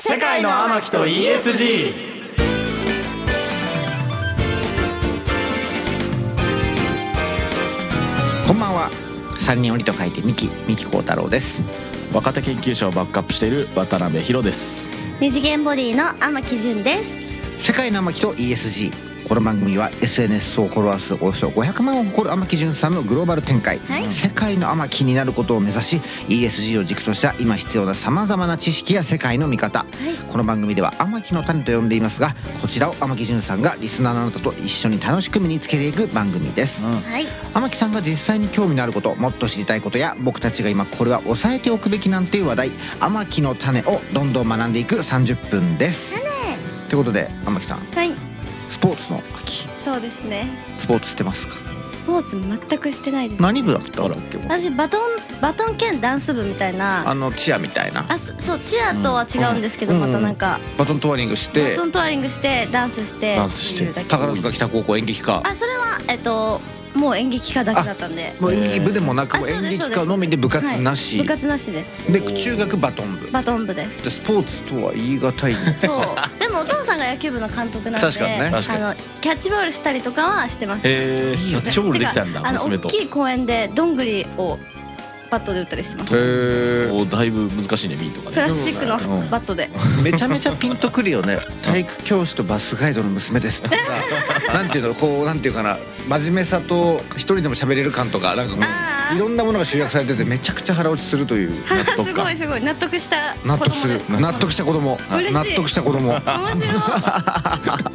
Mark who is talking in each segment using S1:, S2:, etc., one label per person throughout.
S1: 世界の天木と ESG
S2: こんばんは三人鬼と書いてミキミキ幸太郎です
S3: 若手研究者をバックアップしている渡辺博です
S4: 二次元ボディの天木純です
S2: 世界の天木と ESG この番組は SNS をフォロワー数およそ500万を誇る天木潤さんのグローバル展開、
S4: はい
S2: 世界の天木になることを目指し ESG を軸とした今必要なさまざまな知識や世界の見方、この番組では天木の種と呼んでいますがこちらを天木潤さんがリスナーのあなたと一緒に楽しく身につけていく番組です、
S4: はい
S2: 天木さんが実際に興味のあることもっと知りたいことや僕たちが今これは押さえておくべきなんていう話題「天木の種」をどんどん学んでいく30分です。ということで天木さん
S4: はい
S2: スポーツの秋
S4: そうですね
S2: スポーツしてますか
S4: スポーツ全くしてないです
S2: 何部だったっけ
S4: 私バトンバトン兼ダンス部みたいな
S2: あのチアみたいな
S4: あそそうチアとは違うんですけど、
S2: うん
S4: またなんか、
S2: バトントワリングし
S4: バ
S2: て
S4: トントワリングしてダンスして
S3: ダンスして
S4: っていうだけ
S2: 宝塚北高校演劇科
S4: あそれはえっともう演劇科だけだったんで
S2: もう演劇部でもなく
S4: あそうです
S2: 演劇科のみで部活なし
S4: 部活なしです
S2: で中学バトン部
S4: バトン部です
S2: でスポーツとは言い難い
S4: そ うでもお父さんが野球部の監督なんで
S2: 確かにね
S3: 確かに
S4: あのキャッチボールしたりとかはしてました
S3: え
S2: いい よ
S3: ー、キ
S2: ね
S3: ャッチボールできたん
S4: て
S3: だ
S4: かあの
S3: 娘
S4: 大
S3: と
S4: きい公園でどんぐりをバットで打ったりしてました
S2: へ
S3: おだいぶ難しいねミーとか
S4: プ
S3: ね
S4: ラスチックの
S3: うん
S4: バットで
S2: めちゃめちゃピンとくるよね体育教師とバスガイドの 娘ですとかなんていうのこうなんていうかな真面目さと一人でも喋れる感とかなんかも
S4: あ
S2: う
S4: ー
S2: いろんなものが集約されててめちゃくちゃ腹落ちするという
S4: す
S3: 得感
S4: ごいすごい納得した子供
S2: 納得する
S4: です
S2: 納得した子供
S4: 嬉しい
S2: 納得した 子供
S4: 面白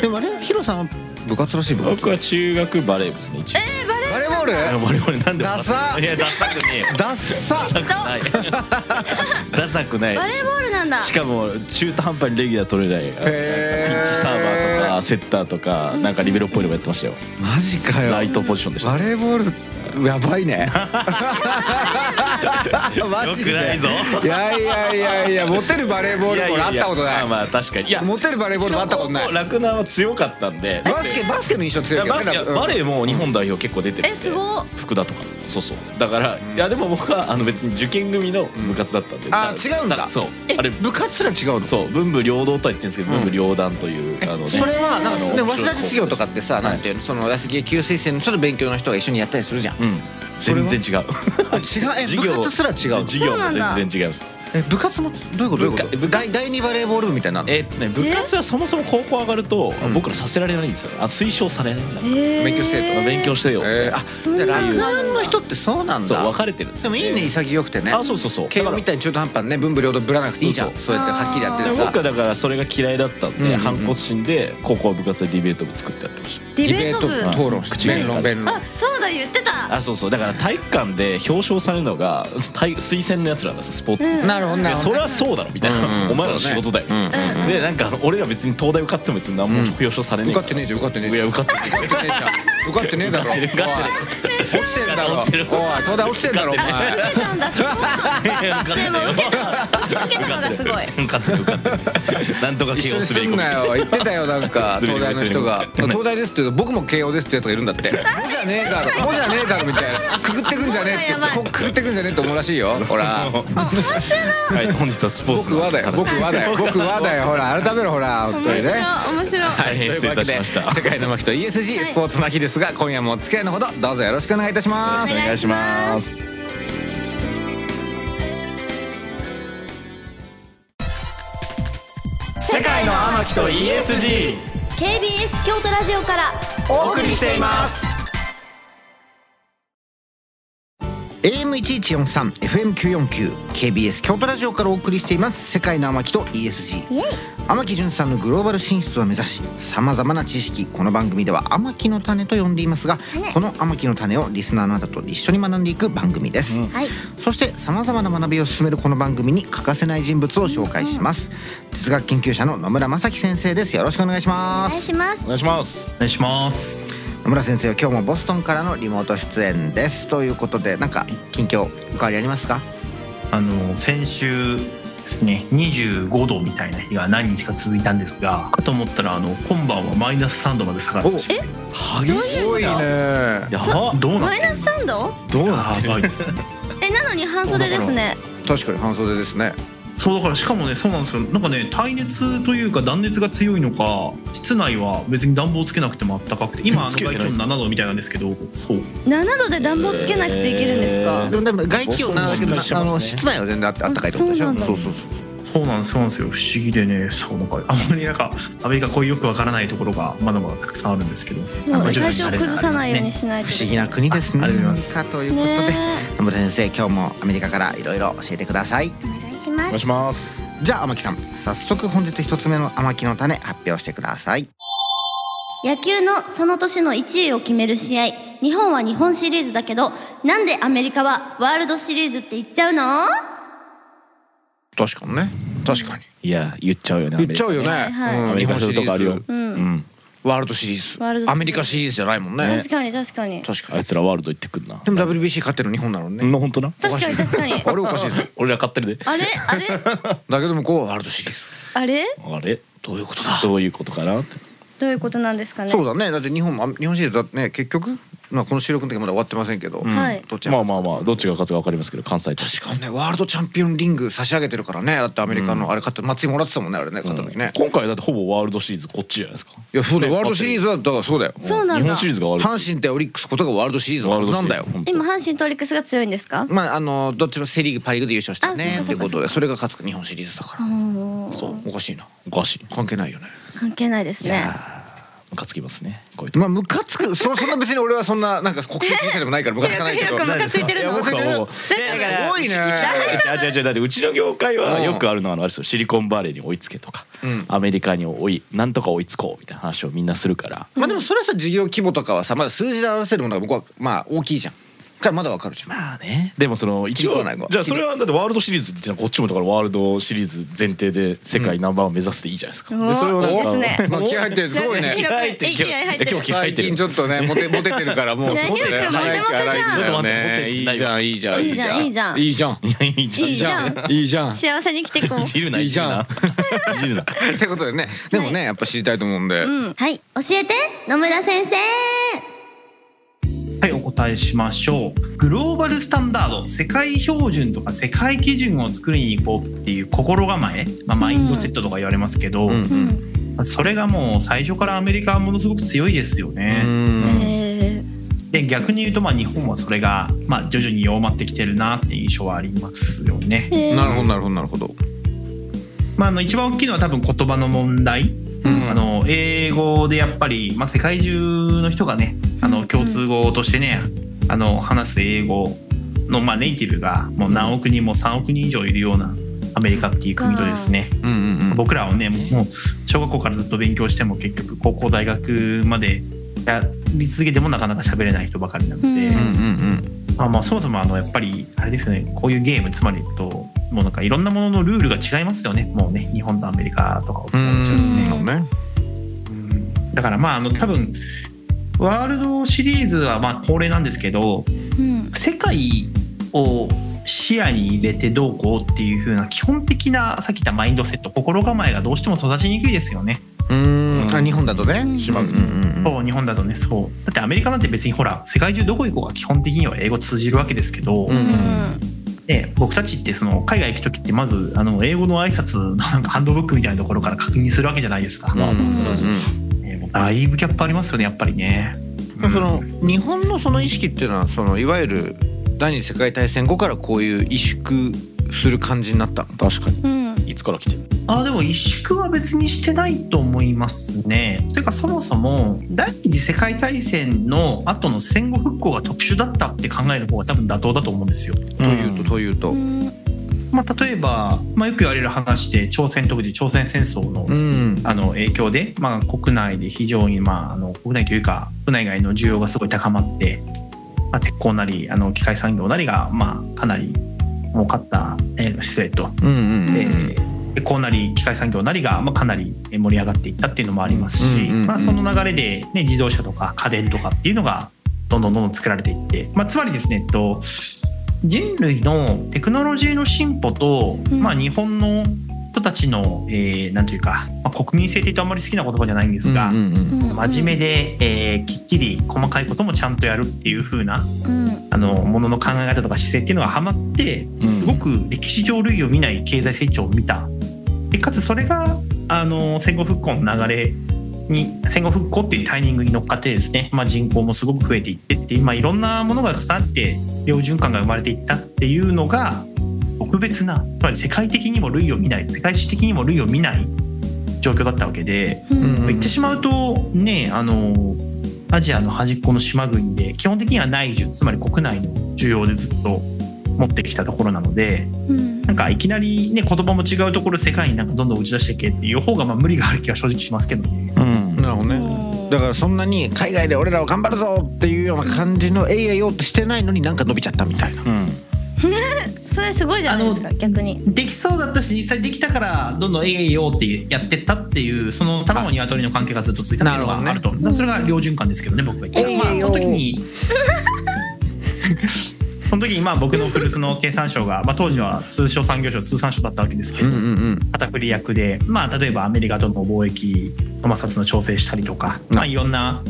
S2: でもあれヒロさんは部活らしい部活
S3: 僕は中学バレー部ですね一応
S2: バレーボール
S3: いや我々なんで
S2: ダサ
S3: いやダサくねえよ
S2: ダッサ
S3: ダサくないダサくないい
S4: バレーボールなんだ
S3: しかも中途半端にレギュラー取れないピ
S2: へー
S3: ッチサーバーとかセッターとかなんかリベロっぽいのもやってましたよ
S2: マジか
S3: ライ
S2: よ
S3: トポジションでした
S2: バレーボールやば いね マジで
S3: 良くないぞ
S2: いやいやいやいやモテるバレーボールボールあったことない
S3: やややまあまあ確かにいや
S2: モテるバレーボールもあったことな
S3: うち
S2: い
S3: の高校洛南は強かったんで
S2: バスケバスケの印象
S3: い
S2: 強い
S3: やバ
S2: けどね
S3: スケ
S2: なんか
S3: バレーも日本代表結構出てるんで
S4: えすごっ
S3: 福田とかそうそうだから、
S2: ん
S3: いやでも僕はあの別に受験組の部活だったんで、
S2: あ
S3: ざ
S2: 違うんだ
S3: ざそう
S2: え
S3: あれ
S2: 部活すら違うの
S3: そう文武両道とは言ってるんですけど、
S2: うん
S3: 文武両団というあのね
S2: それはなんか
S3: あの
S2: で早稲田実業とかってさ
S3: い
S2: なんていうのその安木給水生のちょっと勉強の人が一緒にやったりす るじゃん違う
S3: うん
S2: それは
S3: 全然違う
S2: え部活すら違うの
S3: 授業
S4: そうなんだ
S3: も全然違います
S2: え部活もどういうことどういうこと
S3: 部部活
S2: 第第二バレーボール部みたいなの
S3: えーっとね部活はそもそも高校上がると、
S2: うん
S3: 僕らさせられないんですよあ推奨されないんだ、
S4: 勉
S2: 勉強生徒
S3: 勉強してよ、
S2: えーあ
S4: そん
S2: じゃ
S4: な
S2: あ
S4: の
S2: 洛
S4: があ
S2: 南
S4: るんだ
S2: の人ってそうなん
S3: そう分
S2: だ
S3: かれてるんです
S2: でもいいね潔くてね
S3: あそうそうそう
S2: 競馬みたいに中途半端にね文武両道ぶらなくていいじゃん
S3: そう
S2: そうやってはっきりやって
S3: で
S2: るさ
S3: 僕はだからそれが嫌いだったんで、
S2: うんうんうん
S3: 反骨心で高校部活でディベート部作ってやってました
S4: ディベート
S2: ディ
S4: 部
S2: ベ討論して
S3: 口
S2: 弁論弁論
S4: あそうだ言ってた
S3: あそうそうだから体育館で表彰されるのが体推薦のやつらなんですよスポーツ推薦、
S4: うん
S2: なるほど
S3: い
S2: な
S3: や
S2: るほ
S3: そ
S2: ど
S3: れはそうだろみたいな、
S2: うんうん
S3: お前らの仕事だよ、
S2: うんうん
S4: うんうん
S3: でなんかあの俺ら別に東大受かっても別に何も表彰されね
S2: 受
S3: え
S2: か
S3: か
S2: ってねえじゃん受かってねえ
S3: い
S2: じゃ
S3: や
S2: ん
S3: 受かってね
S2: 受かってねえじゃん受かってねえ
S3: 受
S2: だろおい落
S3: かってる
S2: ちてんだろおい
S3: 落ちてる
S2: 東大落ちてんだろお前
S4: 受けたんだすごい
S3: えよ受かって
S4: でも受けた受けたのがす ごい
S3: 受かってる受かって るなんとか
S2: 一
S3: 慶
S2: 緒
S3: 応
S2: に
S3: すべ
S2: す
S3: り
S2: んな
S3: 込
S2: よ言ってたよなんか
S3: 滑り込
S2: 東
S3: み
S2: 大の人が「
S3: 滑り込み
S2: 東大です」って言うと僕も慶応ですってやつがいるんだって「もじゃねえだろもじゃねえだろ」みたいな「くぐってくんじゃねえ」って言って
S4: やばい
S2: こうくぐってくんじゃねえって思うらしいよほら
S3: みはい本日はスポーツ
S2: 僕
S3: の
S2: はだよ僕はだよ僕はだよほら改めろほら本当
S4: 面
S2: にね
S4: 白い面白い
S3: 大変失礼いたしました
S2: というわけで世界の巻と ESG
S4: はい
S2: スポーツの日ですが今夜もお付き合いのほどどうぞよろしくお願いいたします
S4: お願いします
S1: 世界の天木と ESG
S4: KBS 京都ラジオから
S1: お送りしています
S2: AM1143FM949KBS 京都ラジオからお送りしています世界の天木と ESG
S4: イエイ
S2: 天木純さんのグローバル進出を目指しさまざまな知識この番組では「天木の種」と呼んでいますが
S4: 種
S2: この「天木の種」をリスナーのあなたと一緒に学んでいく番組です、
S3: うん
S4: はい
S2: そしてさまざまな学びを進めるこの番組に欠かせない人物を紹介します哲学研究者の野村正樹先生ですよろしくお願いし
S4: お
S2: ま
S4: 願い
S2: す
S4: します
S3: お願いします
S5: お願いします
S2: 野村先生は今日もボストンからのリモート出演ですということでなんか近況おかわりありますか
S5: あの先週ですね25度みたいな日が何日か続いたんですがかと思ったらあの今晩はマイナス3度まで下がってまし
S3: 激しい
S2: すごいね
S3: やば
S5: たどうな
S4: マ
S5: って
S4: イナス3度
S3: どう
S5: る
S3: なって
S5: や
S3: る
S5: ばいですね
S4: えなのに半袖ですね
S2: 確かに半袖ですね
S5: そうだからしかもねそうなんですよなんかね耐熱というか断熱が強いのか室内は別に暖房つけなくても暖かくて今あの
S3: つけてな
S5: 外
S3: い
S5: 気
S3: で
S5: 温
S3: す
S5: 7度みたいなんですけどそう
S4: 7度で暖房つけなくていけるんですか
S3: え
S2: でもでも外気温なんだけど、
S3: 僕も一緒ですね
S2: あの室内は全然あってあったかいってことでしょ
S4: あそうなんだ
S2: そうそう
S5: そうなんですそうなんですよ不思議でねそうなんかあんまりなんかアメリカこういうよくわからないところがまだまだたくさんあるんですけど
S4: もう
S5: 徐々
S4: 最
S5: に
S4: 初
S5: 慣れて
S4: 崩さないようにしないと
S2: 不思議な国ですね
S5: あありがとうございます
S2: さあということで、
S4: ね
S2: 南部先生今日もアメリカからいろいろ教えてください
S6: お願いしま
S3: お
S6: す
S3: 願いします
S2: じゃあ天木さん早速本日一つ目の天木の種発表してください
S6: 野球のその年の1位を決める試合日本は日本シリーズだけどなんでアメリカはワールドシリーズって言っちゃうの
S2: 確かにね確かに
S3: いや言っちゃうよね
S2: 言っちゃうよね、
S6: はい
S2: うん
S3: アメリカそういうとこあるよ
S4: う
S2: うんんワールドシリーズ
S4: ワールドシリーズ
S2: アメリカシリーズじゃないもんね
S4: 確かに確かに
S2: 確か
S3: あいつらワールド行ってくんな
S2: でも WBC 勝ってるの日本だろうね、
S3: の本当な
S4: 確かに確かに
S2: あれおかしいぞ
S3: 俺ら買ってるで
S4: あれあれ
S2: だけどもこうワールドシリーズ
S4: あれ
S3: あれどういうことだどういうことかなって
S4: どういうことなんですかね
S2: そうだねだって日本もあ日本シリーズだってね結局、まあ、この収録の時まだ終わってませんけど、
S3: ん
S4: はい
S2: どっちが
S3: まあまあまあどっちが勝つか分かりますけど関西と
S2: 確かにねワールドチャンピオンリング差し上げてるからねだってアメリカのあれ勝って松井もらってたもんねあれね勝った時ね、
S3: 今回だってほぼワールドシリーズこっちじゃないですか
S2: いやそうだよ
S3: ね
S2: ワールドシリーズはだからそうだよ
S4: そうなんだ
S3: 日本シリーズがワールド
S2: 阪神対オリックスことがワールドシリーズの
S3: ワー
S2: は
S3: ル
S2: ず
S3: ド
S2: な
S3: シリー
S2: んだ
S3: ズ
S2: よ
S3: 本当
S4: 今阪神とオリックスが強いんですか
S2: まああのどっちもセ・リーグパ・リーグで優勝したよね
S4: あ
S2: ってい
S4: そ
S2: うう
S4: か
S2: こ
S4: そ
S2: と
S4: うか
S2: でそれが勝つ日本シリーズだか
S4: あ
S2: ら
S4: ー
S2: そうおかしいな
S3: おかしい
S2: 関係ないよね
S4: 関係ないです
S3: い
S4: ね
S3: やームカつきますねこういうとこ
S2: まあムカつくそそんな別に俺はそんななんか国際先生でもないからムカつかないけど
S4: ひろくんムカついて
S3: い
S4: る
S3: や
S4: の
S3: 僕はもう
S2: すごいね
S3: うちうちうちだってうちの業界は
S2: うん
S3: よくあるのはあのあれですよシリコンバレーに追いつけとか、
S2: うん
S3: アメリカに追いなんとか追いつこうみたいな話をみんなするから
S2: まあでもそれはさ事業規模とかはさまだ数字で表せるものが僕はまあ大きいじゃんだからまだわかるじゃん
S3: まあねでもその一
S2: 聞こ
S3: 応
S2: えないか
S3: じゃあそれはだってワールドシリーズって言ってたらこっちもだからワールドシリーズ前提で世界ナンバーワン目指していいじゃないですか、
S4: うん
S3: でそれをなんか
S4: いいですね
S2: まあ気合入ってるすごいね
S4: ひろくんいい気合入ってる
S3: 今日気合入ってる
S2: 最近ちょっとねモ テモテてるからもう
S4: ね
S2: ちょっと
S4: ひろくんモテモテじゃん
S2: 荒い荒いだよ
S3: ち
S2: ねい
S3: ょっと待ってモテてない
S2: いじゃんいいじゃん
S6: いいじゃんいいじゃん
S2: いいじゃん
S3: いやいい じゃん
S6: いいじゃん
S2: いいじゃん
S6: 幸せに生きていこう
S3: いじるないい
S2: いじ
S3: じる
S2: ゃん
S3: ないじるな
S2: ってことでねでもねやっぱ知りたいと思うんで
S4: うん
S6: はい教えて野村先生
S5: はい、お答えしましょう。グローバルスタンダード、世界標準とか世界基準を作りに行こうっていう心構え、まあ、マインドセットとか言われますけど、
S2: うんうん
S5: それがもう最初からアメリカはものすごく強いですよ
S2: う
S5: ね。
S2: ん
S4: え
S5: で、逆に言うと、まあ、日本はそれが、まあ、徐々に弱まってきてるなっていう印象はありますよね。
S4: ー
S2: なるほどなるほどなるほど
S5: まあ、あの、一番大きいのは多分言葉の問題。
S2: うん
S5: あの英語でやっぱり、まあ、世界中の人がねあ
S4: うんう
S5: の
S4: ん
S5: 共通語としてね、あの話す英語の、まあ、ネイティブがもう何億人も3億人以上いるようなアメリカっていう国とですね
S2: うんうんうん
S5: 僕らはねもう小学校からずっと勉強しても結局高校大学までやり続けてもなかなか喋れない人ばかりなので、
S4: うん
S2: うんうん
S5: まあ、まあそもそもあのやっぱりあれですよねこういうゲームつまり言うともうなんかいろんなもののルールが違いますよねもうね日本とアメリカとかを比
S2: う
S5: べちゃうとね。
S2: んそうね
S5: だからまああの多分ワールドシリーズはまあ恒例なんですけど
S6: うん
S5: 世界を視野に入れてどうこうっていう風な基本的なさっき言ったマインドセット心構えがどうしても育ちにくいですよね。
S2: うんあ日本だとね
S6: 島
S2: うんうんうん
S5: そう日本だとねそうだってアメリカなんて別にほら世界中どこ行こうが基本的には英語通じるわけですけど、
S2: うん
S4: うん
S5: で僕たちってその海外行く時ってまずあの英語の挨拶のなんかハンドブックみたいなところから確認するわけじゃないですか。
S3: まあまあそりゃそう
S5: ねもうだいぶギャップありますよねやっぱりね。
S2: まあその
S5: うん
S2: 日本のその意識っていうのはそのいわゆる第二次世界大戦後からこういう萎縮する感じになったの
S3: 確かに
S6: うん
S3: いつから来てる
S5: あでも萎縮は別にしてないと思いますね。というかそもそも第二次世界大戦の後の戦後復興が特殊だったって考える方が多分妥当だと思うんですよ。
S2: というとというと
S5: まあ、例えば、まあ、よく言われる話で朝鮮特に朝鮮戦争の,、
S2: うん
S5: あの影響で、まあ、国内で非常に、まあ、あの国内というか国内外の需要がすごい高まって、まあ、鉄鋼なりあの機械産業なりが、まあ、かなり儲かった、えー、失礼と
S2: うんうんうん
S5: えーでこうなり機械産業なりが、まあ、かなり盛り上がっていったっていうのもありますし、
S2: うんうんうん
S5: まあ、その流れで、ね、自動車とか家電とかっていうのがどんどんどんどん作られていって、まあ、つまりですね、えっと、人類のテクノロジーの進歩と、
S6: うん
S5: まあ、日本の人たちの、えーなんというか、まあ、国民性って言うとあんまり好きな言葉じゃないんですが、
S2: うんうんうん
S5: 真面目で、えーきっちり細かいこともちゃんとやるっていう風な
S6: 目、うん
S5: あのものの考え方とか姿勢っていうのがハマって
S2: うん
S5: すごく歴史上類を見ない経済成長を見たでかつそれがあの戦後復興の流れに戦後復興っていうタイミングに乗っかってですね、まあ、人口もすごく増えていってって今いろんなものが重なって良循環が生まれていったっていうのが特別なつまり世界的にも類を見ない世界史的にも類を見ない状況だったわけで。
S6: うん
S2: うん
S5: 言ってしまうとねあのアジアの端っこの島国で基本的には内需つまり国内の需要でずっと持ってきたところなので
S6: うん
S5: なんかいきなり、ね、言葉も違うところ世界になんかどんどん打ち出していけっていう方がまあ無理がある気が正直しますけどね。
S2: うん
S3: なるほどね
S6: うん
S2: だからそんなに海外で俺らを頑張るぞっていうような感じのえいやいよってしてないのになんか伸びちゃったみたいな
S3: うん
S4: それすごいじゃないですか逆に
S5: できそうだったし実際できたからどんどんえいえいよってやってったっていうその卵に鶏の関係がずっとついたっていうのがあると
S6: どね
S5: それが良循環ですけどね僕が言っ
S2: えいえ
S5: て
S2: い
S5: まあ
S2: よ
S5: その時に その時にまあ僕の古巣の経産省が、まあ、当時は通商産業省通産省だったわけですけ
S2: う
S5: ど
S2: んうん
S5: 旗振り役で、まあ、例えばアメリカとの貿易の摩擦の調整したりとか、まあ、いろんな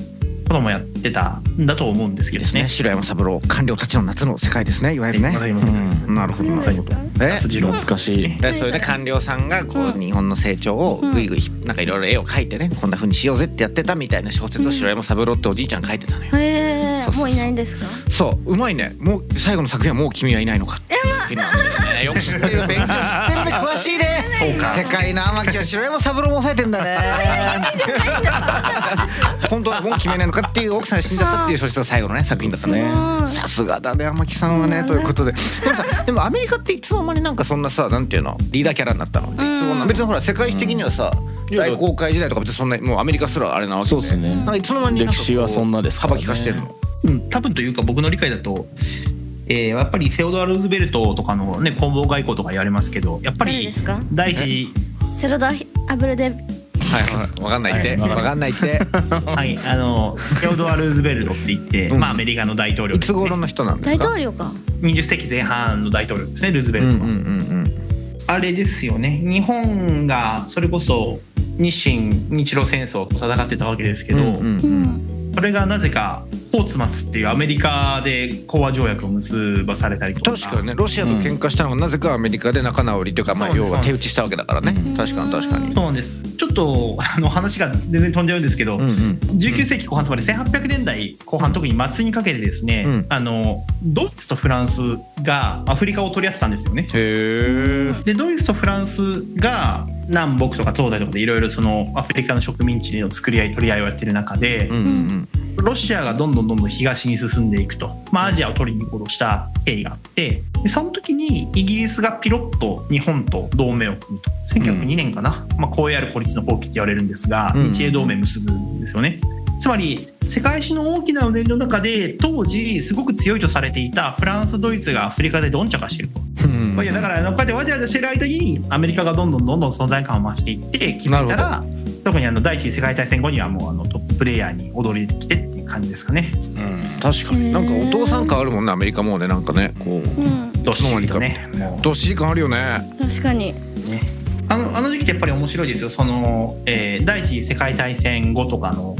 S5: こともやってたんだと思うんです
S2: う
S5: け
S2: ん
S5: ど
S2: ですね
S5: ね。
S2: 白山三郎官僚たちの夏の世界ですねいわゆるね
S5: まさにまさに
S2: うんなるほどなるほどえ
S5: 夏次郎
S3: 懐かしい
S2: だからそういうね官僚さんがこ
S6: う
S2: うん日本の成長を
S6: うん
S2: ぐいぐいなんかいろいろ絵を描いてねこんな風にしようぜってやってたみたいな小説を白山三郎っておじいちゃんが書いてたのよ
S6: へ
S2: そ
S6: ー
S2: うそうそう
S6: もういないんですか
S2: そううまいねもう最後の作品はもう君はいないのかっていう作品なんだよねよく知ってる勉強知ってるね詳しいね
S5: そうか
S2: 世界の天城は白山三郎も抑えてん だね本当はもう決めないのかっていう奥さんが死んじゃったっていう小説が最後のね作品だったね
S6: す
S2: さすがだね天城さんはねということででもさでもアメリカっていつの間になんかそんなさなんていうのリーダーキャラになったの
S6: うん
S2: いつの間に別にほら世界史的にはさ
S3: いや
S2: 大航海時代とか別にそんなもうアメリカすらあれなわけ
S3: そうですね
S2: なんかいつの間になんか
S3: 歴
S2: こう
S3: 史はそんなですか
S2: 幅
S3: ら
S2: 利
S3: ね
S2: かしてるの
S5: うん、多分というか僕の理解だと、えーやっぱりセオドア・ルーズベルトとかの、ね、公貿外交とか言われますけどやっぱ
S6: 誰で
S5: り
S6: すか
S5: 第一
S6: セロダアブルデ
S2: はいはいわかんないって
S5: は
S2: わ
S5: い
S2: かんないって
S5: はい、あのセオドア・ルーズベルトって言って、
S2: うん
S5: まあ、アメリカの大統領
S2: い
S5: で
S2: つ
S5: す、ね、
S2: 頃の人なんで
S6: 大
S2: すか
S6: 統領か
S5: 20世紀前半の大統領ですねルーズベルト
S2: う
S5: は、
S2: んうんうんうん
S5: あれですよね日本がそれこそ日清日露戦争と戦ってたわけですけど、
S2: うんうん
S6: うん
S5: それがなぜかポーツマスっていうアメリカで講和条約を結ばされたりとか
S2: 確かにねロシアと喧嘩したのがなぜかアメリカで仲直りというか、まあ、
S5: そうで
S2: 要
S5: す
S2: は手打ちしたわけだからね
S6: うん
S2: 確かに確かに。
S5: そうなんですちょっとあの話が全然飛んじゃうんですけど、
S2: うんうん
S5: 19世紀後半つまり1800年代後半特に末にかけてですね、
S2: うん
S5: あのドイツとフランスがアフリカを取り合ってたんですよね。
S2: へえ。
S5: でドイツとフランスが南北とか東西とかでいろいろそのアフリカの植民地の作り合い取り合いをやってる中で
S2: うんうん
S5: ロシアがどんどんどんどん東に進んでいくと、まあ、アジアを取りに行こうとした経緯があってでその時にイギリスがピロッと日本と同盟を組むと1902年かな、まあ、公営ある孤立の放棄って言われるんですが
S2: うん
S5: 日英同盟結ぶんですよね。つまり世界史の大きなうねりの中で当時すごく強いとされていたフランスドイツがアフリカでどんちゃかしてると。
S2: うん
S5: まあ、いやだからあのこうやってわちゃわちゃしてる間にアメリカがどんどんどんどん存在感を増していって気づいたら特にあの第一次世界大戦後にはもうあのトッププレイヤーに躍り出てきてっていう感じですかね。
S2: 確かになんかお父さん感あるもんねアメリカもうねなんかねこう
S6: うん
S5: ど
S2: っしりとね
S5: ね。も
S2: どっしり感あるよね。
S4: 確かに
S5: うねあのあの時期ってやっぱり面白いですよその、えー第一次世界大戦後とかの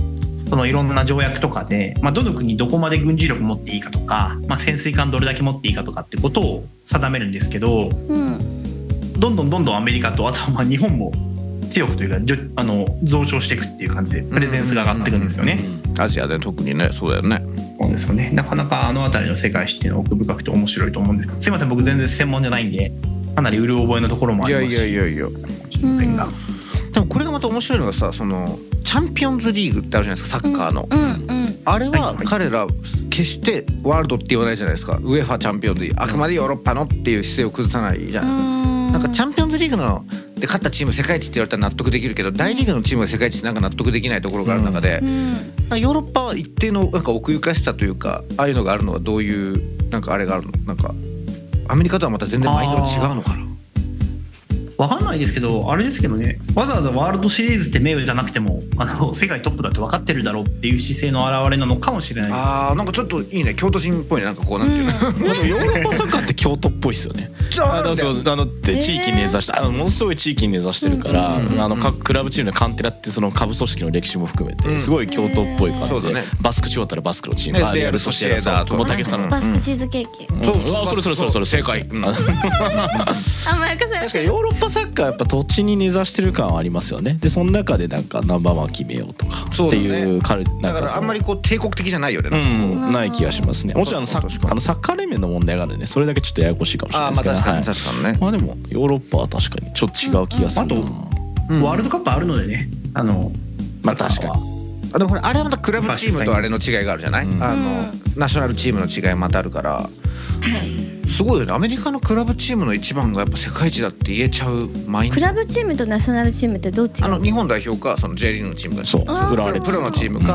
S5: そのいろんな条約とかで、まあ、どの国どこまで軍事力持っていいかとか、まあ、潜水艦どれだけ持っていいかとかってことを定めるんですけど。
S6: うん
S5: どんどんどんどんアメリカとあとはまあ日本も強くというかじゅあの増長していくっていう感じでプレゼンスが上がっていくんですよね。
S2: アジアで特にねそうだよね。
S5: そうですよねなかなかあの辺りの世界史っていうのは奥深くて面白いと思うんですけどすいません僕全然専門じゃないんでかなりうる覚えのところもあ
S2: い
S5: り
S2: や
S5: ます
S2: い
S5: し
S2: やいやいや。
S5: 知りませんが、
S2: でもこれがまた面白いのがさそのチャンピオンズリーグってあるじゃないですかサッカーの。
S6: うんうん
S2: あれ
S5: は
S2: はい
S5: はい
S2: 彼ら決してワールドって言わないじゃないですかウェファチャンピオンズリーグあくまでヨーロッパのっていう姿勢を崩さないじゃないですかなんかチャンピオンズリーグので勝ったチーム世界一って言われたら納得できるけど大リーグのチームが世界一ってなんか納得できないところがある中で、
S6: うん
S2: なんかヨーロッパは一定のなんか奥ゆかしさというかああいうのがあるのはどういうなんかあれがあるのなんかアメリカとはまた全然マインドが違うのかな
S5: わかんないですけど、あれですけどね、わざわざワールドシリーズって名誉じゃなくても、あの世界トップだって分かってるだろうっていう姿勢の表れなのかもしれないです。
S2: あーなんかちょっといいね京都人っぽいねなんかこうなん ていうの、
S3: でもヨーロッパサッカーって京都っぽいですよね。
S2: じゃあ
S3: あのそうあのって地域に根ざしたあのものすごい地域に根ざしてるから、
S2: うん
S3: あの各クラブチームのカンテラってその下部組織の歴史も含め
S2: う
S3: て
S2: ん
S3: すごい京都っぽい感
S2: そう
S3: じで、
S2: だね
S3: バスク地方だったらバスクのチーム、
S2: ね
S3: あ
S2: レアル
S3: レアルソシエ
S2: ソシエダ
S3: ダ
S2: と
S3: と久保建英さん。
S6: バスクチーズケーキ。
S2: そうそう
S3: あそれそれそれそれ
S2: 正解うん
S6: 甘やかされ
S3: 確かにヨーロッパサッカーはやっぱ土地に根ざしてる感はありますよねでその中でなんかナンバーワン決めようとか
S2: そう
S3: っ
S2: だ
S3: て
S2: ね
S3: いう彼な
S2: だ
S3: ん
S2: か
S3: から
S2: あ
S3: そ
S2: んま
S3: の
S2: りこう帝国的じゃないよね
S3: う
S2: なんか
S3: んない気がしますねもちろんあのサ
S2: 確かに
S3: ッあのサッカー連盟の問題があるんでねそれだけちょっとややこしいかもしれ
S2: あ
S3: な
S2: あ
S3: いで
S2: ますあ
S3: けど
S2: 確か
S3: はい
S2: に確かにね、
S3: まあでもヨーロッパは確かにちょっと違う気がするな
S5: うん
S2: うん
S5: ワールドカップあるのでね、あの
S3: まあ確かに
S2: あでもほらあれはまたクラブチームとあれの違いがあるじゃない、
S3: うん
S2: あのナショナルチームの違いまたあるからすごいよねアメリカのクラブチームの一番がやっぱ世界一だって言えちゃうマイン
S6: ク
S2: ド
S6: ラブチームとナショナルチームってどっち
S2: あ
S6: が
S2: の日本代表かその J リーグのチームか
S3: そう
S6: あー
S3: 浦和レッ
S2: プ
S3: ズ
S2: ロのチームか、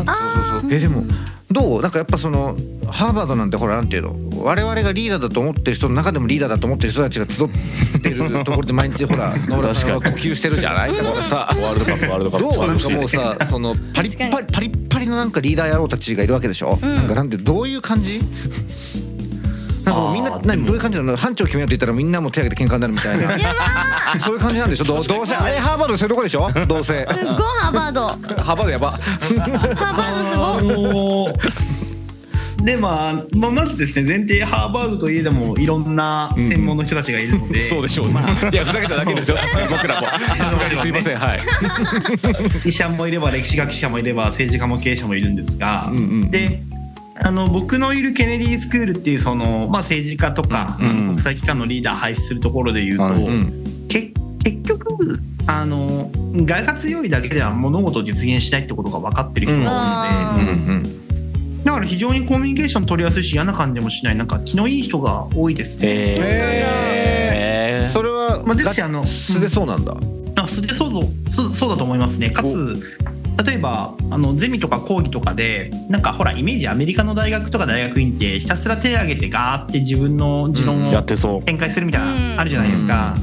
S2: そうそうそうえでもどうなんかやっぱそのハーバードなんてほらなんていうの我々がリーダーだと思ってる人の中でもリーダーだと思ってる人たちが集ってるところで毎日ほら野村さんは呼吸してるじゃないだ からさ
S3: ワールドカップワールドカッ
S2: どう
S3: プ
S2: なんかもうさそのパリッパリパリッパリのなんかリーダー野郎たちがいるわけでしょ、
S6: うん
S2: なんかなんてどういう感じなんかもうみんな
S5: あー
S2: 何
S5: でも
S2: どういう感じなの班長決めようって言ったらみんなもう手挙げて喧嘩になるみた い
S6: や
S2: なそういう感じなんでしょどうどうせあれハーバードそういうとこでしょどうせ
S6: ばー すっごいハーバ ードハ
S2: ハーバードやば
S6: ーバードすごい
S5: のー でまあ、まあ、まずですね前提ハーバードといえどもいろんな専門の人たちがいるので、
S3: そうでしょうね
S5: まあ
S3: いやふざけただけ ですよ僕らもすいませんはい
S5: 医者もいれば歴史学者もいれば政治家も経営者もいるんですが、
S2: うんうん
S5: であの僕のいるケネディスクールっていうその、まあ、政治家とか、
S3: うんうん
S5: 国際機関のリーダー輩出するところで言うと、
S3: はいうん
S5: け結局あの外が強いだけでは物事を実現しないってことが分かってる人が多いので。
S6: あ
S2: うんう
S6: ー
S2: ん
S5: だから非常にコミュニケーション取りやすいし嫌な感じもしないなんか気のいい人が多いですね。
S2: えー
S3: え
S2: それは
S5: まあ、ですし
S2: ガ
S5: あの
S2: ッツでそうなんだ
S5: あ素でそうそうそうだと思いますねかつ例えばあのゼミとか講義とかでなんかほらイメージアメリカの大学とか大学院ってひたすら手挙げてガーって自分の持論
S3: やっ
S5: を
S3: てそう
S5: 展開するみたいな、
S6: うん
S5: あるじゃないですか。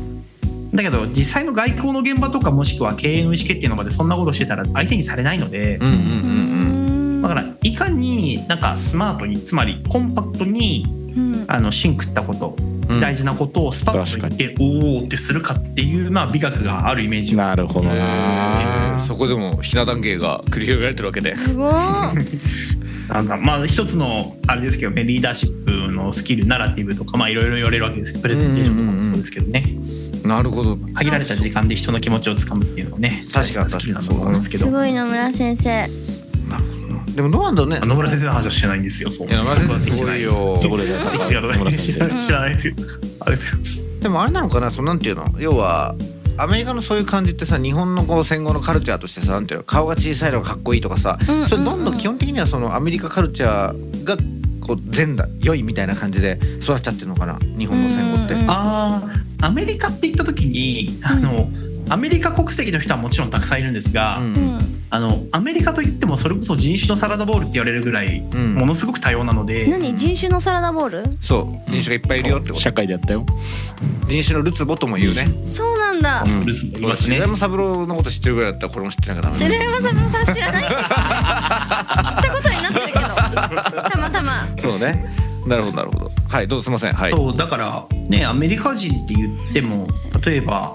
S5: だけど実際の外交の現場とかもしくは経営の意思決定の場でそんなことしてたら相手にされないので、
S2: うんうんうん
S5: だからいかになんかスマートにつまりコンパクトに
S6: うん
S5: あの芯食ったこと
S2: うん
S5: 大事なことをスパッと言って、おおーってするかっていう、まあ、美学があるイメージが
S3: なるほど
S2: へー
S3: な
S2: そこでもひな壇芸が繰り広げられてるわけで。
S6: すごい
S5: なんかまあ一つのあれですけどねリーダーシップのスキルナラティブとかまあいろいろ言われるわけですけどプレゼンテーションとかもそうですけどね、
S2: なるほど。
S5: 限られた時間で人の気持ちをつかむっていうのをね
S2: 確かに
S5: 好きなと思うんですけ
S6: す
S5: ど
S6: ごい野村先生
S2: でもどうなんだろうね
S5: あ。野村先生の話はしてないんですよそう
S2: いやマジですごいよ。
S3: そこでやっ
S5: あ
S3: た
S5: りがとうござい
S3: 野
S5: ま
S3: 村
S5: す
S3: 先
S5: 知
S3: 生
S5: らない知らないですよありがとうございます
S2: でもあれなのかな、そのなんていうの、要は。アメリカのそういう感じってさ日本のこう戦後のカルチャーとしてさなんていうの顔が小さいのがかっこいいとかさ
S6: うんうんうん
S2: それどんどん基本的にはそのアメリカカルチャーがこう善だ良いみたいな感じで育っちゃってるのかな日本の戦後って
S6: うんうんうん
S5: あーアメリカって言った時にあの、アメリカ国籍の人はもちろんたくさんいるんですが、
S2: うん
S6: うん
S5: あのアメリカといってもそれこそ人種のサラダボールって言われるぐらい
S2: うん
S5: ものすごく多様なので、
S6: 何人種のサラダボール
S2: そう人種がいっぱいいるよってこと
S3: 社会でやったよ
S2: 人種のルツボとも言うね
S6: そうなんだ
S3: うん
S5: そうですもんいます
S2: 白
S5: ね。
S2: 山三郎のこと知ってるぐらいだったらこれも知ってなきゃダメ
S6: 白山さんもさ知らないんですか知ったことになってる けどたまたま
S2: そうね。なるほどなるほど。はいどうぞすみません。はい。
S5: そうだからねアメリカ人って言っても例えば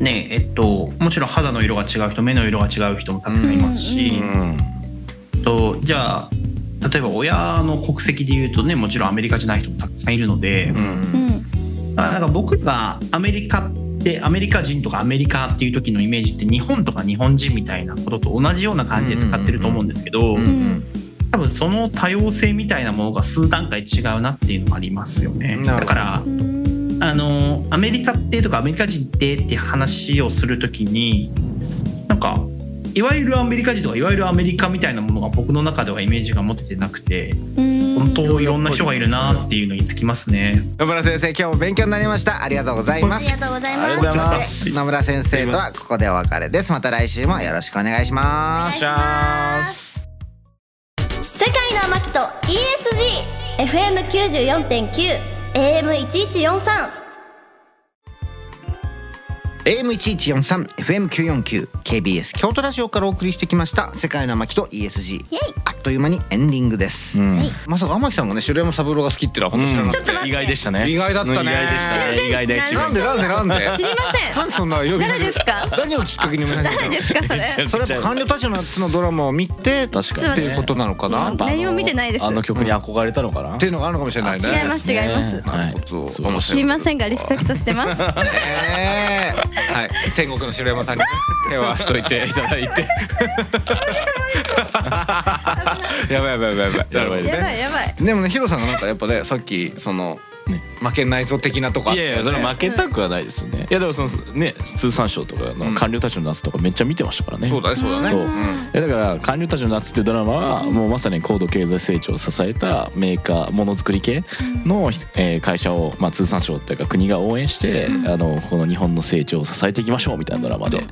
S5: ねえっともちろん肌の色が違う人目の色が違う人もたくさんいますし、
S3: うん
S5: えっとじゃあ例えば親の国籍で言うとねもちろんアメリカじゃない人もたくさんいるので、
S2: う。
S6: うんん
S5: だからなんか僕がアメリカってアメリカ人とかアメリカっていう時のイメージって日本とか日本人みたいなことと同じような感じで使ってると思うんですけど。
S2: うんうん
S5: 多分その多様性みたいなものが数段階違うなっていうのもありますよね
S2: なるほど
S5: だから
S6: うん
S5: あのアメリカってとかアメリカ人ってって話をするときになんかいわゆるアメリカ人とかいわゆるアメリカみたいなものが僕の中ではイメージが持ててなくて
S6: うん
S5: 本当いろんな人がいるなっていうのにつきますね。
S2: 野村先生今日も勉強になりました。ありがとうござい
S6: あ
S2: ま
S6: り
S2: す。
S6: がとうござい
S3: あり
S6: ま
S3: が
S6: す
S3: とうございます
S2: 野村先生とはここでお別れです。また来週もよろしくお願いし
S6: お願
S2: ま
S6: い
S2: す
S6: し。ます世界の天木と ESGFM94.9AM1143
S2: AM1143、FM949、KBS 京都ラジオからお送りしてきました、世界の天木と ESG。
S6: イエイ
S2: あっという間にエンディングです。
S3: うん
S6: はい
S2: まさか天木さんがね、城山三郎が好きっていうのは本当知らなかっ
S6: ちょっと待って
S3: 意外でしたね
S2: 意外だったね
S3: 意外でしたね意外で
S2: た。
S3: 一
S2: なんでなんでなんで。
S4: 知りません
S2: なんでそんな 呼び
S4: 誰ですか
S2: 何をきっかけに呼び出した
S4: 誰ですかそれ
S2: それやっぱ官僚たちの夏のドラマを見てっ
S3: 確
S4: かにね
S2: ていうことなのかな
S4: うん何も見てないです
S3: あの曲に憧れたのかな
S2: っていうのがあるのかもしれないね
S4: 違います
S3: ね
S4: 違います
S2: なるほど
S3: そう
S2: 面
S4: 知
S2: 白い
S4: りませんがリスペクトしてます。は
S2: ねえはい天国の城山さんにね手を合わせといていただいてやばいやばいやばいやばい
S3: やばい
S4: やばいやばい。
S2: でもねヒロさんがなんかやっぱねさっきその
S3: ね
S2: 負けないぞ的なとこあっ
S3: い
S2: たよ
S3: や
S2: ね
S3: いやそれは負けたくはないですよねいやでもそのね通産省とか
S2: う
S3: の
S2: ん
S3: 官僚たちの夏とかめっちゃ見てましたからね
S2: そうだねそうだね
S3: そう
S2: うん
S3: いやだから「官僚たちの夏」っていうドラマはもうまさに高度経済成長を支えたメーカーものづくり系の、えー会社を、まあ、通産省っていうか国が応援して、あのこの日本の成長を支えていきましょうみたいなドラマで、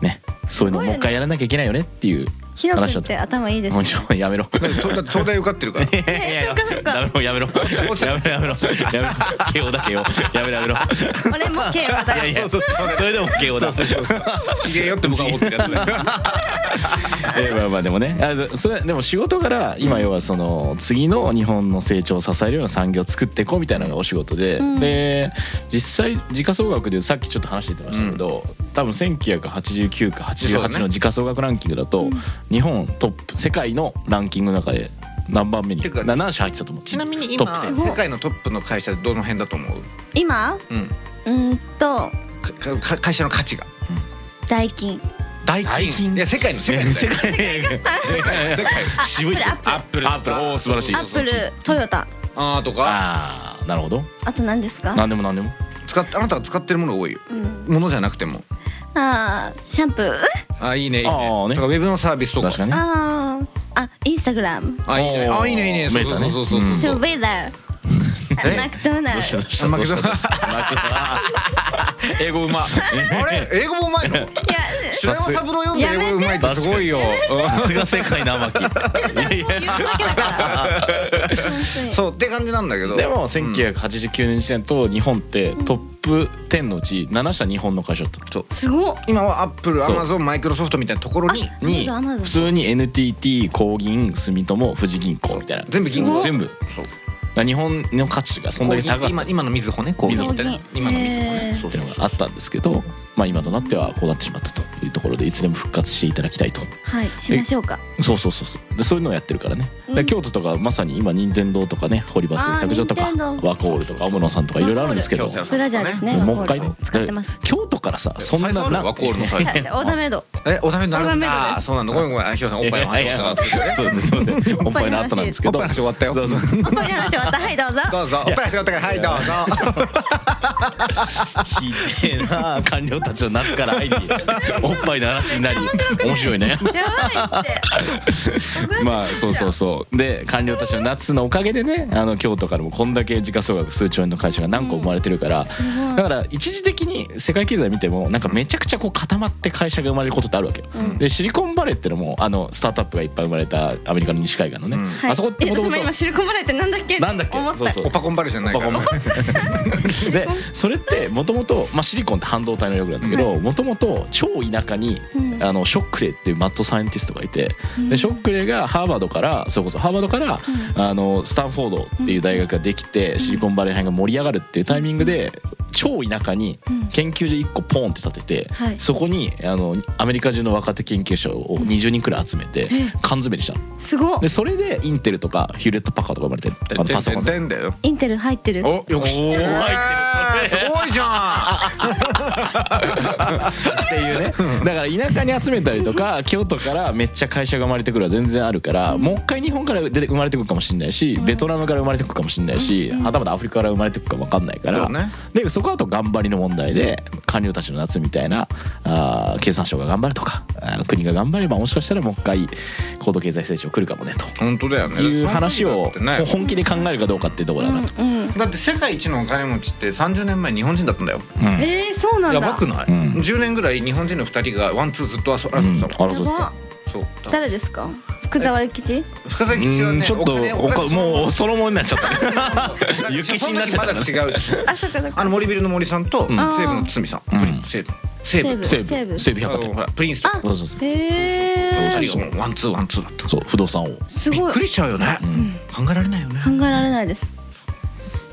S3: ね、そういうのを
S4: すごいよね
S3: もう一回やらなきゃいけないよねっていう
S4: ひろくんって頭いいです
S3: もう
S4: ね。
S3: ちょや めろ。
S2: だってだって東大受かってるから
S3: いやいやいや
S4: そっかそっ か
S3: やめろ やめろ
S2: 落ちた
S3: やめろやめろやめろ慶応だ慶応やめろやめ ろ
S4: 俺も慶応
S3: い
S4: だ
S3: やい
S4: よ。
S3: やそれでも慶応だ
S2: ちげえよって僕は思ってるやつだよ
S3: えーまあまあでもねあそそれでも仕事から今要はその次の日本の成長を支えるような産業を作っていこうみたいなのがお仕事で、
S4: うん
S3: で実際時価総額でさっきちょっと話してましたけど、多分1989か
S2: そう
S3: 88
S2: だね
S3: の時価総額ランキングだと日本トップ世界のランキングの中で何番目に
S2: てか
S3: な何社入ってたと思う
S2: ちなみに
S3: ト
S2: 今
S3: ップ
S4: すごい
S2: 世界のトップの会社どの辺だと思う
S6: 今
S2: うん
S6: うーんと
S2: かか会社の価値が
S6: 代金
S2: 代
S3: 代金
S2: いや世界の世界 の
S3: 世界
S2: 世界
S3: 渋い
S6: アップル
S2: アップル
S3: アップルおー素晴らしい
S6: アップルトヨタ
S2: あーとか
S3: ああなるほど
S6: あと何ですか
S3: 何でも何でも
S2: 使っあなたが使ってるものが多いよ
S6: うん
S2: ものじゃなくても
S6: あーシャンプー
S2: あーいいねいい
S3: あーね
S2: ねとかウェブのサービスとか
S3: 確かにね
S6: あーあインスタグラム
S2: あーいいね
S3: おー
S2: あーいいねいいねそう
S3: メータね
S2: そうそうそう
S3: うん
S6: そ
S2: そ
S6: れウ
S2: う
S6: ェザー
S2: え
S6: マクドナ
S3: どう
S6: ル
S3: したどうし
S2: あ
S3: た
S2: マ
S3: どう
S2: ク
S3: し
S2: ド
S3: た
S2: ナ
S3: ど
S2: ル
S3: うした
S2: 英語うまあれ英語もうま いの
S6: いや
S2: 白山三郎読んで英語うまいってすごいよ
S3: さすが世界の天木いやい
S4: 言
S3: や
S4: うわけだから。
S2: うんそうって感じなんだけど
S3: でも
S2: うん
S3: 1989年時点と日本ってトップ10のうち7社日本の会社だった
S6: すごっ
S2: 今はアップルア
S3: そう
S2: マゾンマイクロソフトみたいなところに
S3: に
S6: アマゾン
S3: 普通に NTT 工銀住友富士銀行みたいな
S2: 全部銀行
S3: 全部
S2: そう
S3: だ日本の価値がそんだけ高かった
S2: 今
S3: っ
S2: 今のみずほねこう
S3: みずほ
S2: みたいな
S6: みずほ
S2: 今のみずほ
S6: へ
S2: ね
S6: ー
S2: そう
S3: て
S2: そ
S3: いう
S2: う
S3: の
S2: そう
S3: があったんですけど、まあ、今となってはこうなってしまったというところでいつでも復活していただきたいと
S6: はいしましょうか
S3: そうそうそうそうでそういうのをやってるからね、
S6: うん
S3: で京都とかまさに今任天堂とかね堀場製作所とか
S6: あー任天堂
S3: ワコールとかオムノさんとかいろいろあるんですけど
S2: 京都や
S6: ブラジャーですね
S3: もう一回
S6: ワコール使ってます
S3: 京都からさそんな
S2: サイズある
S3: な
S2: ワコールの サイズ
S4: はいオーダーメ イド。
S2: えおだめになる
S4: おだめだね
S2: あーそうなんだごめんごめんあひろさんおっぱいの話終わったな
S3: そうですそうですおっぱいの後なんですけ
S2: おっぱ
S3: ど
S2: いの話終わったよ
S3: そうそう
S4: おこり話終わった。はいどうぞ。
S2: どうぞおっぱいの話終わったからはいどうぞ
S3: ひでえな官僚たちの夏から愛におっぱいの話になり面白いね
S4: やばいって。
S3: まあそうそうそうで官僚たちの夏のおかげでねあの京都からもこんだけ時価総額数兆円の会社が何個生まれてるから、だから一時的に世界経済見てもなんかめちゃくちゃこう固まって会社が生まれることってあるわけよ、
S6: うん
S3: でシリコンバレーってのもあのスタートアップがいっぱい生まれたアメリカの西海岸のね、
S2: うん
S6: はい
S3: あそこって
S4: え
S3: もと
S4: 私
S3: も
S4: も
S3: と
S4: 今シリコンバレーってなんだっけ？
S3: なんだっけ
S4: 思った。
S3: そうそう
S2: おっぱコンバレじゃないから
S3: でそれってもともとシリコンって半導体の力なんだけどもともと超田舎に
S6: うん
S3: あのショックレーっていうマッドサイエンティストがいて
S6: うん
S3: でショックレーがハーバードからそれこそハーバードからあのスタンフォードっていう大学ができてシリコンバレー辺が盛り上がるっていうタイミングで超田舎に
S6: うん
S3: 研究所1個ポーンって建てて
S6: はい
S3: そこにあのアメリカ中の若手研究者を20人くらい集めて缶詰にしたの
S6: すごっ
S3: でそれでインテルとかヒューレット・パッカーとか生まれてあのパソコンで
S2: てんだよ
S6: インテル入ってる
S2: およく知ってる
S3: おー入ってる
S2: すごいじゃ
S3: っていうねだから田舎に集めたりとか京都からめっちゃ会社が生まれてくるは全然あるからもう一回日本から出て生まれてくるかもしれないしベトナムから生まれてくるかもしれないしはたまたアフリカから生まれてくるかも分かんないか
S2: ん
S3: ら
S2: そうね
S3: でそこはあと頑張りの問題で官僚たちの夏みたいなあー経産省が頑張るとかあー国が頑張ればもしかしたらもう一回高度経済成長来るかもね
S2: 本当だよ
S3: と
S2: ね
S3: いう話を
S2: だってね
S3: 本気で考えるかどうかっていうところだなと。
S6: うんうん
S2: だって世界一のお金持ちって30年前日本人だったんだよ
S3: うん
S4: えーそうなん
S2: や
S4: だ。
S2: ばくない、
S3: うん
S2: 10年ぐらい日本人の2人がワンツーずっと遊
S3: う
S2: 遊ん
S3: ん
S2: でた
S3: あ
S2: も
S3: らそう
S2: ん、
S3: です
S6: やば
S2: そうだから
S4: 誰ですか？福沢諭吉？
S2: 深崎吉は
S3: うん
S2: ね
S3: ちょっと
S2: 金
S3: お かもうそのものになっちゃったね。
S2: お金
S3: 雪地になっちゃった
S2: その時まだ違う
S4: あそっかそっか。
S2: あの森ビルの森さんと西
S3: ん
S2: 武の堤さん、
S3: うん
S2: プリン西武西武
S3: 西武
S7: 西武
S3: 西武
S2: あ
S3: 百貨店
S2: のほらプリンスと
S4: あ
S3: そうそうそう
S7: へ
S3: あ
S7: え
S3: り
S2: 二人がもうワンツーワンツーだった
S3: そう不動産を、
S7: す
S2: びっ
S7: ごい
S2: くりしちゃうよね、
S3: うん
S2: 考えられないよね
S7: 考えられないです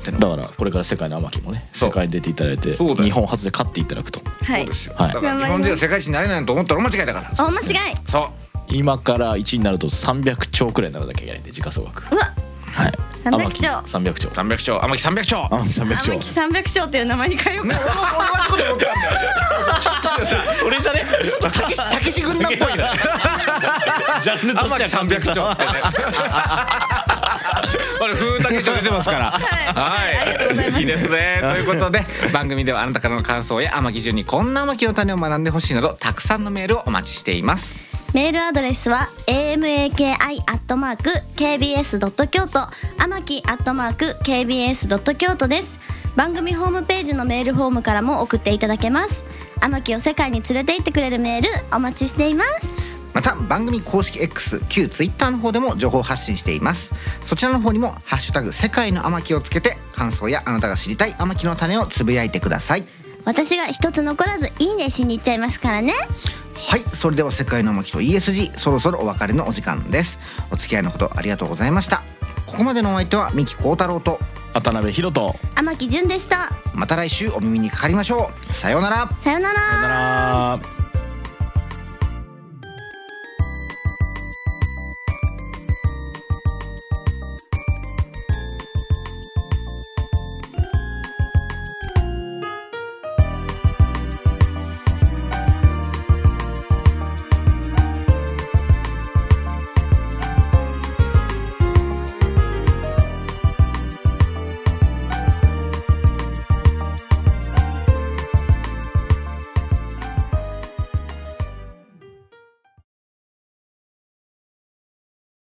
S2: っての
S3: だ
S2: が
S3: からこれから世界の天木もね
S2: そう
S3: 世界に出ていただいて
S2: そうだよ
S3: 日本初で勝っていただくと
S7: はい
S2: そうですよ、
S3: はい
S2: だから日本人は世界一になれないと思ったら大間違いだから
S4: 大間違い
S2: そ
S3: 今から1になると300兆くらいにならなきゃいけないんで時価総額
S7: うわ
S3: はい
S7: 三百兆
S3: 天木300兆
S2: う300兆天木300兆
S3: 天木300
S7: 天木
S3: 兆
S7: 三百兆っていう名前に変えようか
S2: ね
S7: な
S2: 俺も同じこと思ったんだよ
S3: それじゃね
S2: たけしたけし軍団っぽいな
S3: ジャンルと
S2: 天
S3: して
S2: 木
S3: は
S2: 三百兆ってねこれ風竹町出てますから
S7: はいありがとうございま
S2: いいですねということで番組ではあなたからの感想や天木順にこんな天木の種を学んでほしいなどたくさんのメールをお待ちしています
S4: メールアドレスは amaki.kbs.kyoto 天木 .kbs.kyoto です番組ホームページのメールフォームからも送っていただけます天木を世界に連れて行ってくれるメールお待ちしています
S2: また番組公式 X 旧 Twitter の方でも情報発信していますそちらの方にも「ハッシュタグ世界の天木」をつけて感想やあなたが知りたい天木の種をつぶやいてください
S4: 私が一つ残らずいいねしに行っちゃいますからね
S2: はいそれでは「世界の天木」と ESG そろそろお別れのお時間ですお付き合いのほどありがとうございましたここまでのお相手は三木幸太郎と
S3: 渡辺宏と
S4: 天木純でした
S2: また来週お耳にかかりましょうさようなら
S4: さよなら
S3: さよなら